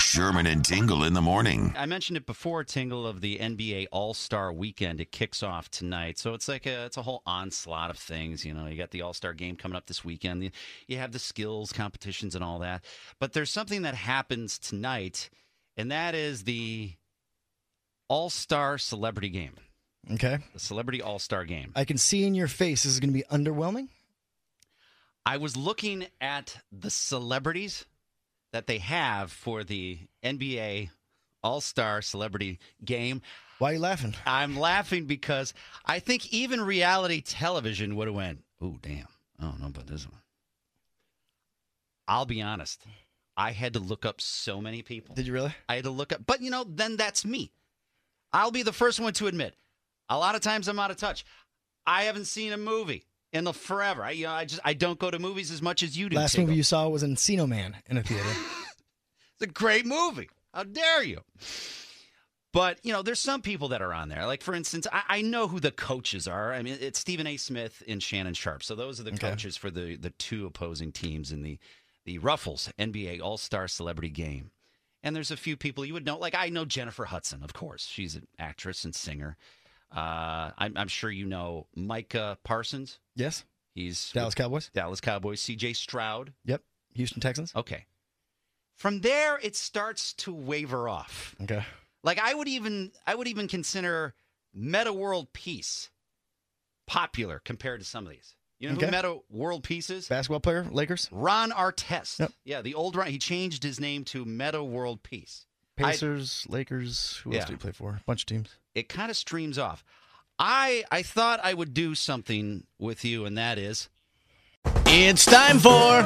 Sherman and Tingle in the morning. I mentioned it before, Tingle, of the NBA All Star Weekend. It kicks off tonight, so it's like a it's a whole onslaught of things. You know, you got the All Star Game coming up this weekend. You- You have the skills competitions and all that. But there's something that happens tonight, and that is the All Star Celebrity Game, Okay. the Celebrity All Star Game. I can see in your face this is going to be underwhelming. I was looking at the celebrities that they have for the NBA All Star Celebrity Game. Why are you laughing? I'm laughing because I think even reality television would have went, oh, damn. I don't know about this one. I'll be honest. I had to look up so many people. Did you really? I had to look up, but you know, then that's me. I'll be the first one to admit. A lot of times I'm out of touch. I haven't seen a movie in the forever. I, you know, I just I don't go to movies as much as you do. Last Tickle. movie you saw was Encino Man in a theater. It's a great movie. How dare you? But you know, there's some people that are on there. Like for instance, I, I know who the coaches are. I mean, it's Stephen A. Smith and Shannon Sharp. So those are the Okay. coaches for the the two opposing teams in the the Ruffles NBA All Star Celebrity Game. And there's a few people you would know. Like I know Jennifer Hudson, of course. She's an actress and singer. Uh, I'm, I'm sure you know Micah Parsons. yes. He's with Dallas Cowboys. Dallas Cowboys. C.J. Stroud. Yep. Houston Texans. Okay. From there, it starts to waver off. Okay. Like I would even I would even consider Meta World Peace popular compared to some of these. You know Okay. who Meta World Peace is? Basketball player, Lakers, Ron Artest. Yep. Yeah, the old Ron. He changed his name to Meta World Peace. I- Pacers, Lakers. Who Yeah. else do you play for? Bunch of teams. It kind of streams off. I I thought I would do something with you, and that is It's time for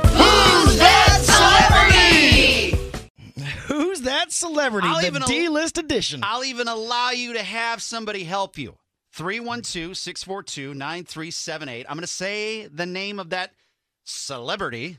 Who's that celebrity? I'll the even al- D-list edition. I'll even allow you to have somebody help you. 312 642 9378. I'm going to say the name of that celebrity.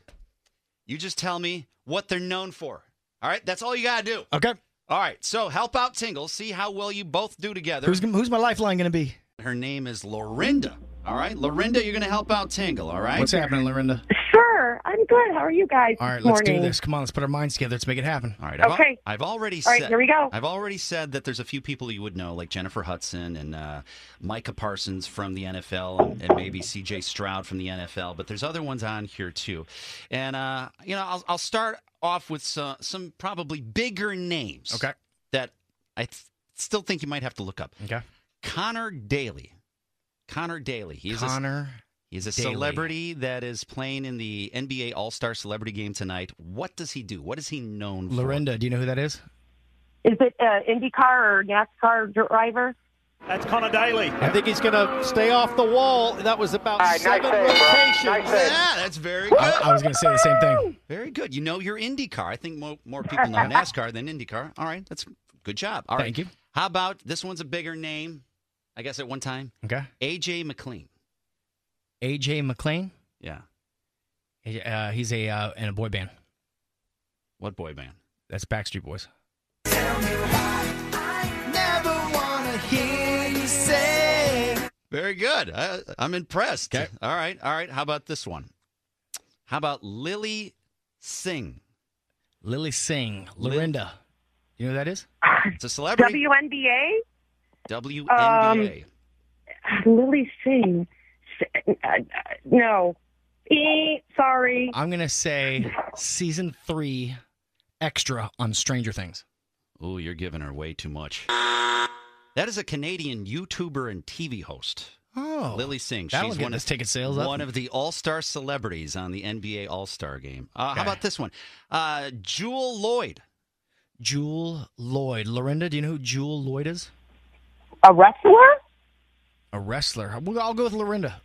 You just tell me what they're known for. All right, that's all you got to do. okay. All right, so help out Tingle. See how well you both do together. Who's gonna- who's my lifeline going to be? Her name is Lorinda. All right, Lorinda, you're going to help out Tingle. All right. What's happening, Lorinda? Sure, I'm good. How are you guys? All right, this let's morning? do this. Come on, let's put our minds together. Let's make it happen. All right. I've, al- Okay. I've already All said. right, here we go. I've already said that there's a few people you would know, like Jennifer Hudson and uh, Micah Parsons from the NFL, and, and maybe C.J. Stroud from the NFL. But there's other ones on here too, and uh, you know, I'll, I'll start off with some, some probably bigger names. Okay. That I th- still think you might have to look up. Okay. Connor Daly. Connor Daly. He's a Connor. He's a Daily. celebrity that is playing in the NBA All Star Celebrity Game tonight. What does he do? What is he known for? Lorinda, do you know who that is? Is it uh, IndyCar or NASCAR driver? That's Connor Daly. I think he's going to stay off the wall. That was about right, nice seven save, bro. rotations. Nice save. Yeah, Ah, that's very good. I, I was going to say the same thing. Very good. You know your IndyCar. I think more, more people know NASCAR than IndyCar. All right, that's good job. All right. Thank you. How about this one's a bigger name? I guess at one time, Okay. AJ McLean. AJ McLean. Yeah. Uh, he's a uh, in a boy band. What boy band? That's Backstreet Boys. Very good. I, I'm impressed. All right. All right. How about this one? How about Lily Singh? Lily Singh. Lorinda. You know who that is? It's a celebrity. WNBA? WNBA. Lily Singh. S- uh, uh, no. Eh, sorry. I'm going to say season three extra on Stranger Things. Oh, you're giving her way too much. That is a Canadian YouTuber and TV host. Oh. Lily Singh. That'll She's get one us of, ticket sales up. one of the all star celebrities on the NBA All Star game. Uh, How Okay. about this one? Uh, Jewel Lloyd. Jewel Lloyd. Lorinda, do you know who Jewel Lloyd is? A wrestler? A wrestler. We'll- I'll go with Lorinda.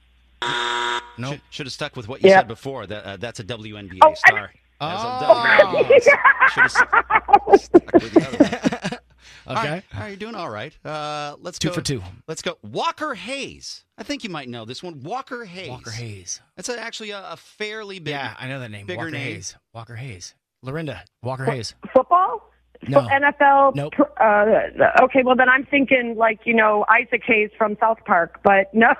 No. Should, have stuck with what you Yeah. said before. That uh, That's a WNBA Oh, I- star. Oh. Should have stuck with the other one. All okay. right. All right, you're doing all right. Uh, let's Two go. for two. Let's go. Walker Hayes. I think you might know this one. Walker Hayes. Walker Hayes. That's a, actually a, a fairly big. yeah, I know that name. bigger Walker name. Hayes. Walker Hayes. Lorinda. Walker Hayes. Football? No. Fo- NFL? Nope. Uh, okay, well, then I'm thinking, like, you know, Isaac Hayes from South Park, but no.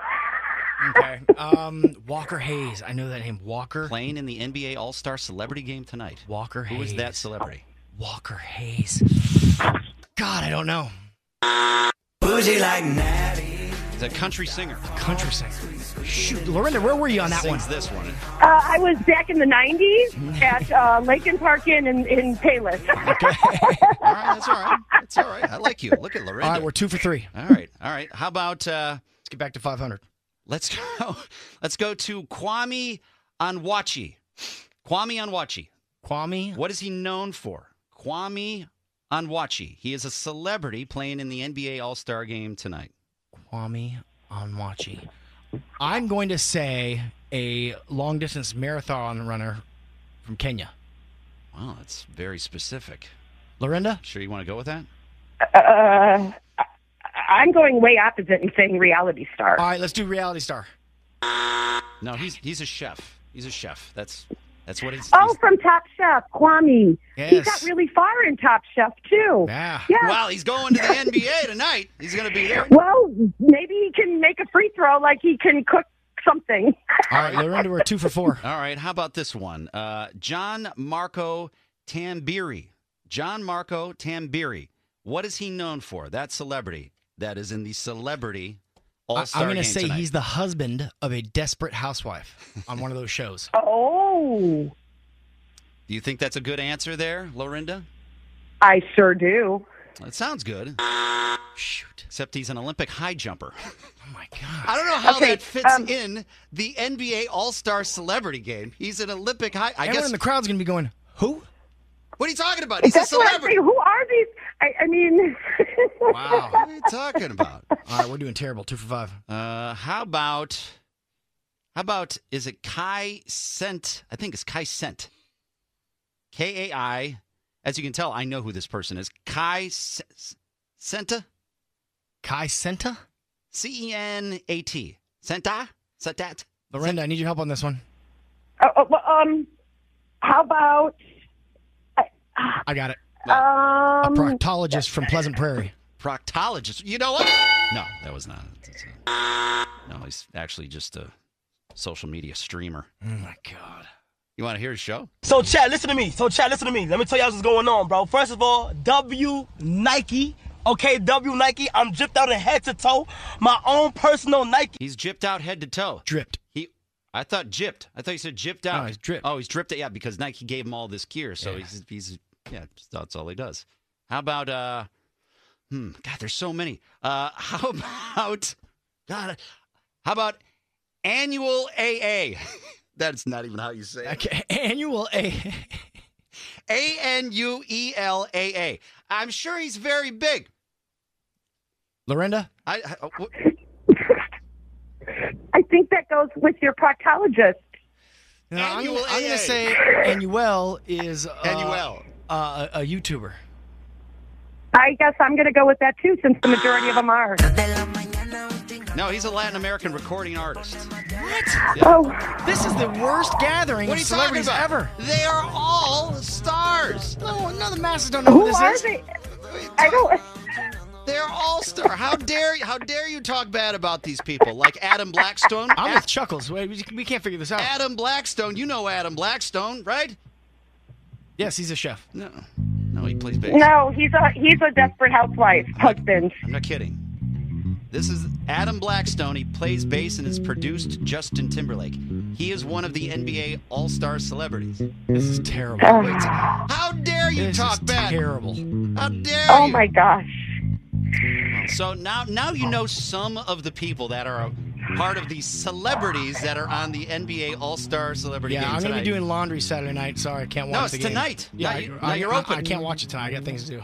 Okay. Um, Walker Hayes. I know that name. Walker. Playing in the NBA All Star Celebrity Game tonight. Walker Who Hayes. is that celebrity? Walker Hayes. God, I don't know. He's a country singer. Country singer. Shoot, Lorinda, where were you on that one? Sings this one. Uh, I was back in the 90s at uh, Lakin Park Inn in, in Payless. All right, that's all right. That's all right. I like you. Look at Lorinda. All right, we're two for three. all right, all right. How about uh, Let's get back to 500. let's go? Let's go to Kwame Anwachi. Kwame Anwachi. Kwame. What is he known for? Kwame Anwachi. He is a celebrity playing in the NBA All Star Game tonight. Kwame Onwachi. I'm going to say a long distance marathon runner from Kenya. Wow, that's very specific. Lorinda? Sure, you want to go with that? uh, I'm going way opposite and saying reality star. All right, let's do reality star. No, he's he's a chef. He's a chef. That's that's what it's. oh, from Top Chef, Kwame. He Yes. got really far in Top Chef, too. Yeah. Yeah. Well, he's going to the NBA tonight. He's going to be there. Well, maybe he can make a free throw like he can cook something. All right, Lorinda, we're two for four. All right, how about this one? Uh, John Marco Tambiri. John Marco Tambiri. What is he known for? That celebrity that is in the celebrity I- All I'm Star going game to say tonight. he's the husband of a desperate housewife on one of those shows. Oh, Do you think that's a good answer there, Lorinda? I sure do. It sounds good, Shoot. except he's an Olympic high jumper. Oh, my God. I don't know how Okay, that fits um, in the NBA All Star Celebrity Game. He's an Olympic high. I Everyone guess. in the crowd's going to be going, who? what are you talking about? He's That's a what I'm celebrity. saying. Who are these? I, I mean, Wow. What are you talking about? All right, we're doing terrible. Two for five. Uh, how about how about is it Kai Sent? I think it's Kai Sent. K A I. As you can tell, I know who this person is. Kai S- S- Senta. Kai Senta? C E N A T. Senta. Sentat. Lorinda, I need your help on this one. Uh, uh, well, um, how about I got it. A um? proctologist from Pleasant Prairie. Proctologist. You know what? No, that was not. that's not- no, he's actually just a social media streamer. Oh, my God. You want to hear his show? So Chad, listen to me. So Chad, listen to me. Let me tell y'all what's going on, bro. First of all, W Nike. Okay, W Nike. I'm dripped out in head to toe. My own personal Nike. He's gypped out head to toe. Dripped. He, I thought gypped. I thought you said gypped out. No, he's dripped. Oh, he's dripped. Yeah, because Nike gave him all this gear, so Yeah. he's he's yeah. That's all he does. How about uh, hmm. God, there's so many. Uh, how about God? How about annual AA? That's not even how you say it. Okay. Annual A. A N U E L A A. I'm sure he's very big. Lorinda? I, I oh, what- I think that goes with your proctologist. No, I'm gonna- Annual I'm going AA. to say Annuel is uh, Annuel. uh, a, a YouTuber. I guess I'm going to go with that too, since the majority of them are. No, he's a Latin American recording artist. Oh, This is the worst gathering What are of you talking celebrities about? ever. They are all stars. No, no, the masses don't know who, who this are is. they? I don't. They're all star. How dare how dare you talk bad about these people like Adam Blackstone? I'm A- with Chuckles. Wait, We we can't figure this out. Adam Blackstone, you know Adam Blackstone, right? Yes, he's a chef. No, no, he plays bass. No, he's a he's a desperate housewife husband. I'm not kidding. This is Adam Blackstone. He plays bass and has produced Justin Timberlake. He is one of the NBA All Star celebrities. This is terrible. Ugh. How dare you this talk is bad? terrible. How dare Oh you? my gosh. So now, now you know some of the people that are a part of the celebrities that are on the NBA All Star Celebrity Yeah, Game I'm gonna tonight. be doing laundry Saturday night. Sorry, I can't watch No, it's the game. tonight. Yeah, Now I- you- I, now you're I- open. I can't watch it tonight. I got things to do.